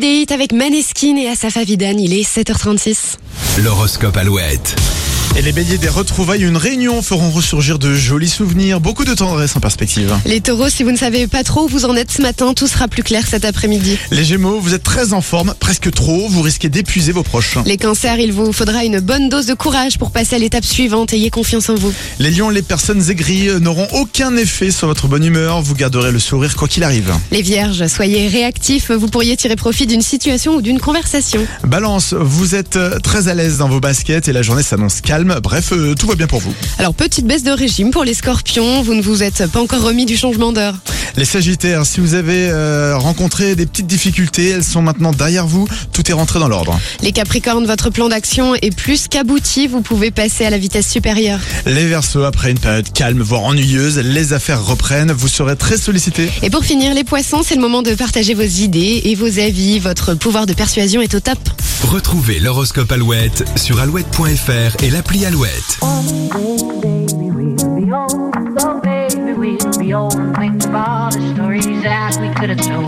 des hits avec Maneskin et Asaf Avidan, il est 7h36. L'horoscope Alouette. Et les béliers des retrouvailles, une réunion feront ressurgir de jolis souvenirs, beaucoup de tendresse en perspective. Les taureaux, si vous ne savez pas trop où vous en êtes ce matin, tout sera plus clair cet après-midi. Les gémeaux, vous êtes très en forme, presque trop, vous risquez d'épuiser vos proches. Les cancers, il vous faudra une bonne dose de courage pour passer à l'étape suivante, ayez confiance en vous. Les lions, les personnes aigries n'auront aucun effet sur votre bonne humeur, vous garderez le sourire quoi qu'il arrive. Les vierges, soyez réactifs, vous pourriez tirer profit d'une situation ou d'une conversation. Balance, vous êtes très à l'aise dans vos baskets et la journée s'annonce calme, bref, euh, tout va bien pour vous. Alors, petite baisse de régime pour les scorpions, vous ne vous êtes pas encore remis du changement d'heure. Les sagittaires, si vous avez euh, rencontré des petites difficultés, elles sont maintenant derrière vous, tout est rentré dans l'ordre. Les capricornes, votre plan d'action est plus qu'abouti, vous pouvez passer à la vitesse supérieure. Les versos, après une période calme, voire ennuyeuse, les affaires reprennent, vous serez très sollicité. Et pour finir, les poissons, c'est le moment de partager vos idées et vos avis, votre pouvoir de persuasion est au top. Retrouvez l'horoscope Alouette sur alouette.fr et l'appli Alouette. Baby, we'll be old. Oh, baby, we'll be old. Think about the stories that we could have told.